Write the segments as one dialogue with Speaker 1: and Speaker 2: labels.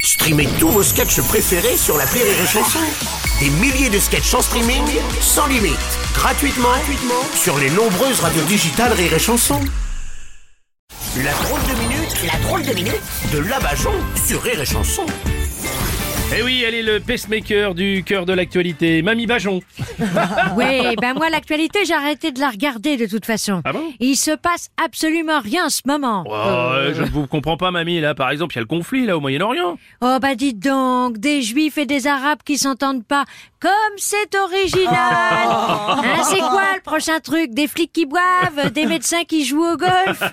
Speaker 1: Streamez tous vos sketchs préférés sur la Rire et Chanson. Des milliers de sketchs en streaming, sans limite, gratuitement, gratuitement sur les nombreuses radios digitales Rire et Chanson. La drôle de minute, la drôle de minute de Labajon sur Rire et Chanson.
Speaker 2: Eh oui, elle est le pacemaker du cœur de l'actualité, Mamie Bajon.
Speaker 3: Oui, ben moi l'actualité, j'ai arrêté de la regarder de toute façon.
Speaker 2: Ah bon
Speaker 3: Il se passe absolument rien en ce moment.
Speaker 2: Oh, je ne vous comprends pas, Mamie. Là, par exemple, il y a le conflit là au Moyen-Orient.
Speaker 3: Oh bah dites donc, des juifs et des arabes qui s'entendent pas, comme c'est original.
Speaker 2: Ah.
Speaker 3: Hein, c'est quoi le prochain truc Des flics qui boivent, des médecins qui jouent au golf.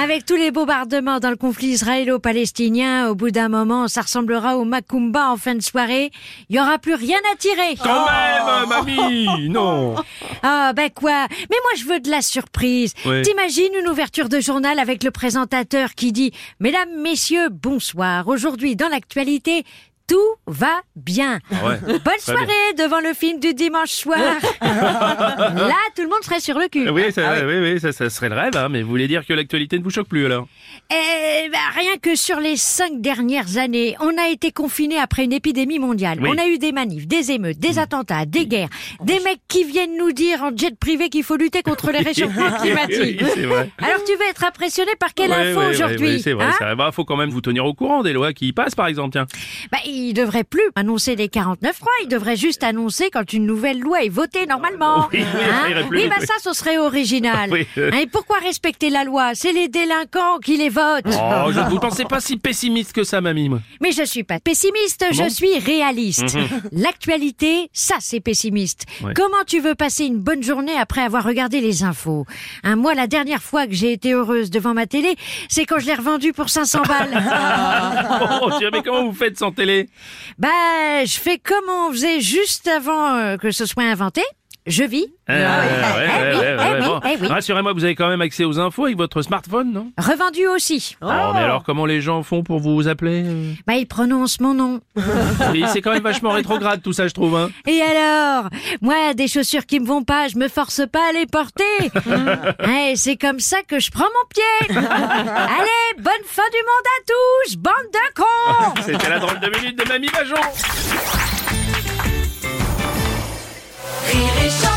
Speaker 3: Avec tous les bombardements dans le conflit israélo-palestinien, au bout d'un moment, ça ressemblera au Macumba en fin de soirée. Il y aura plus rien à tirer.
Speaker 2: Quand même, Mamie. Ah Non.
Speaker 3: Ah ben quoi Mais moi je veux de la surprise.
Speaker 2: Oui.
Speaker 3: T'imagines une ouverture de journal avec le présentateur qui dit "Mesdames, messieurs, bonsoir. Aujourd'hui dans l'actualité, tout va bien.
Speaker 2: Ah ouais.
Speaker 3: Bonne soirée devant le film du dimanche soir." Là, tout le monde serait sur le cul.
Speaker 2: Eh Oui, ça, oui, oui, ça, ça serait le rêve. hein, mais vous voulez dire que l'actualité ne vous choque plus alors
Speaker 3: Eh ben, rien que sur les cinq dernières années, on a été confinés après une épidémie mondiale.
Speaker 2: Oui. Mm.
Speaker 3: On a eu des manifs, des émeutes, des attentats, des guerres, des mecs qui viennent nous dire en jet privé qu'il faut lutter contre les réchauffements climatiques.
Speaker 2: Oui, c'est vrai.
Speaker 3: Alors tu vas être impressionné par quelle
Speaker 2: Ouais,
Speaker 3: info
Speaker 2: ouais, ouais,
Speaker 3: aujourd'hui
Speaker 2: ouais, C'est vrai.
Speaker 3: hein
Speaker 2: Il faut quand même vous tenir au courant des lois qui y passent, par exemple. Tiens.
Speaker 3: bah, Il devrait plus annoncer les 49 3 il devrait juste annoncer quand une nouvelle loi est votée normalement.
Speaker 2: Oui, oui, ça irait plus
Speaker 3: Oui,
Speaker 2: vite,
Speaker 3: bah
Speaker 2: oui.
Speaker 3: ça, ce serait original.
Speaker 2: Oui.
Speaker 3: Hein, Et pourquoi respecter la loi C'est les délinquants qui les votent.
Speaker 2: Oh, je ne vous pensez pas si pessimiste que ça, Mamie. moi.
Speaker 3: Mais je suis pas pessimiste,
Speaker 2: bon Mhm.
Speaker 3: je suis réaliste. L'actualité, ça c'est pessimiste.
Speaker 2: Ouais.
Speaker 3: Comment tu veux passer une bonne journée après avoir regardé les infos Un Moi, la dernière fois que j'ai été heureuse devant ma télé, c'est quand je l'ai revendue pour 500 balles.
Speaker 2: Oh, tiens, mais comment vous faites sans télé
Speaker 3: bah, je fais comme on faisait juste avant euh, que ce soit inventé. Je vis.
Speaker 2: Ah, ouais, ouais,
Speaker 3: eh oui,
Speaker 2: ouais,
Speaker 3: eh
Speaker 2: ouais,
Speaker 3: oui,
Speaker 2: bon.
Speaker 3: eh oui.
Speaker 2: Rassurez-moi, vous avez quand même accès aux infos avec votre smartphone, non
Speaker 3: Revendu aussi.
Speaker 2: Oh, mais alors comment les gens font pour vous appeler euh
Speaker 3: Bah, il prononce mon nom.
Speaker 2: Mais c'est quand même vachement rétrograde tout ça, je trouve. Hein.
Speaker 3: Et alors Moi, des chaussures qui me vont pas, je me force pas à les porter. Ouais, c'est comme ça que je prends mon pied. Allez, bonne fin du monde à tous, bande de cons
Speaker 2: C'était la drôle de minute de Mamie Bajon.
Speaker 4: Rire et chanson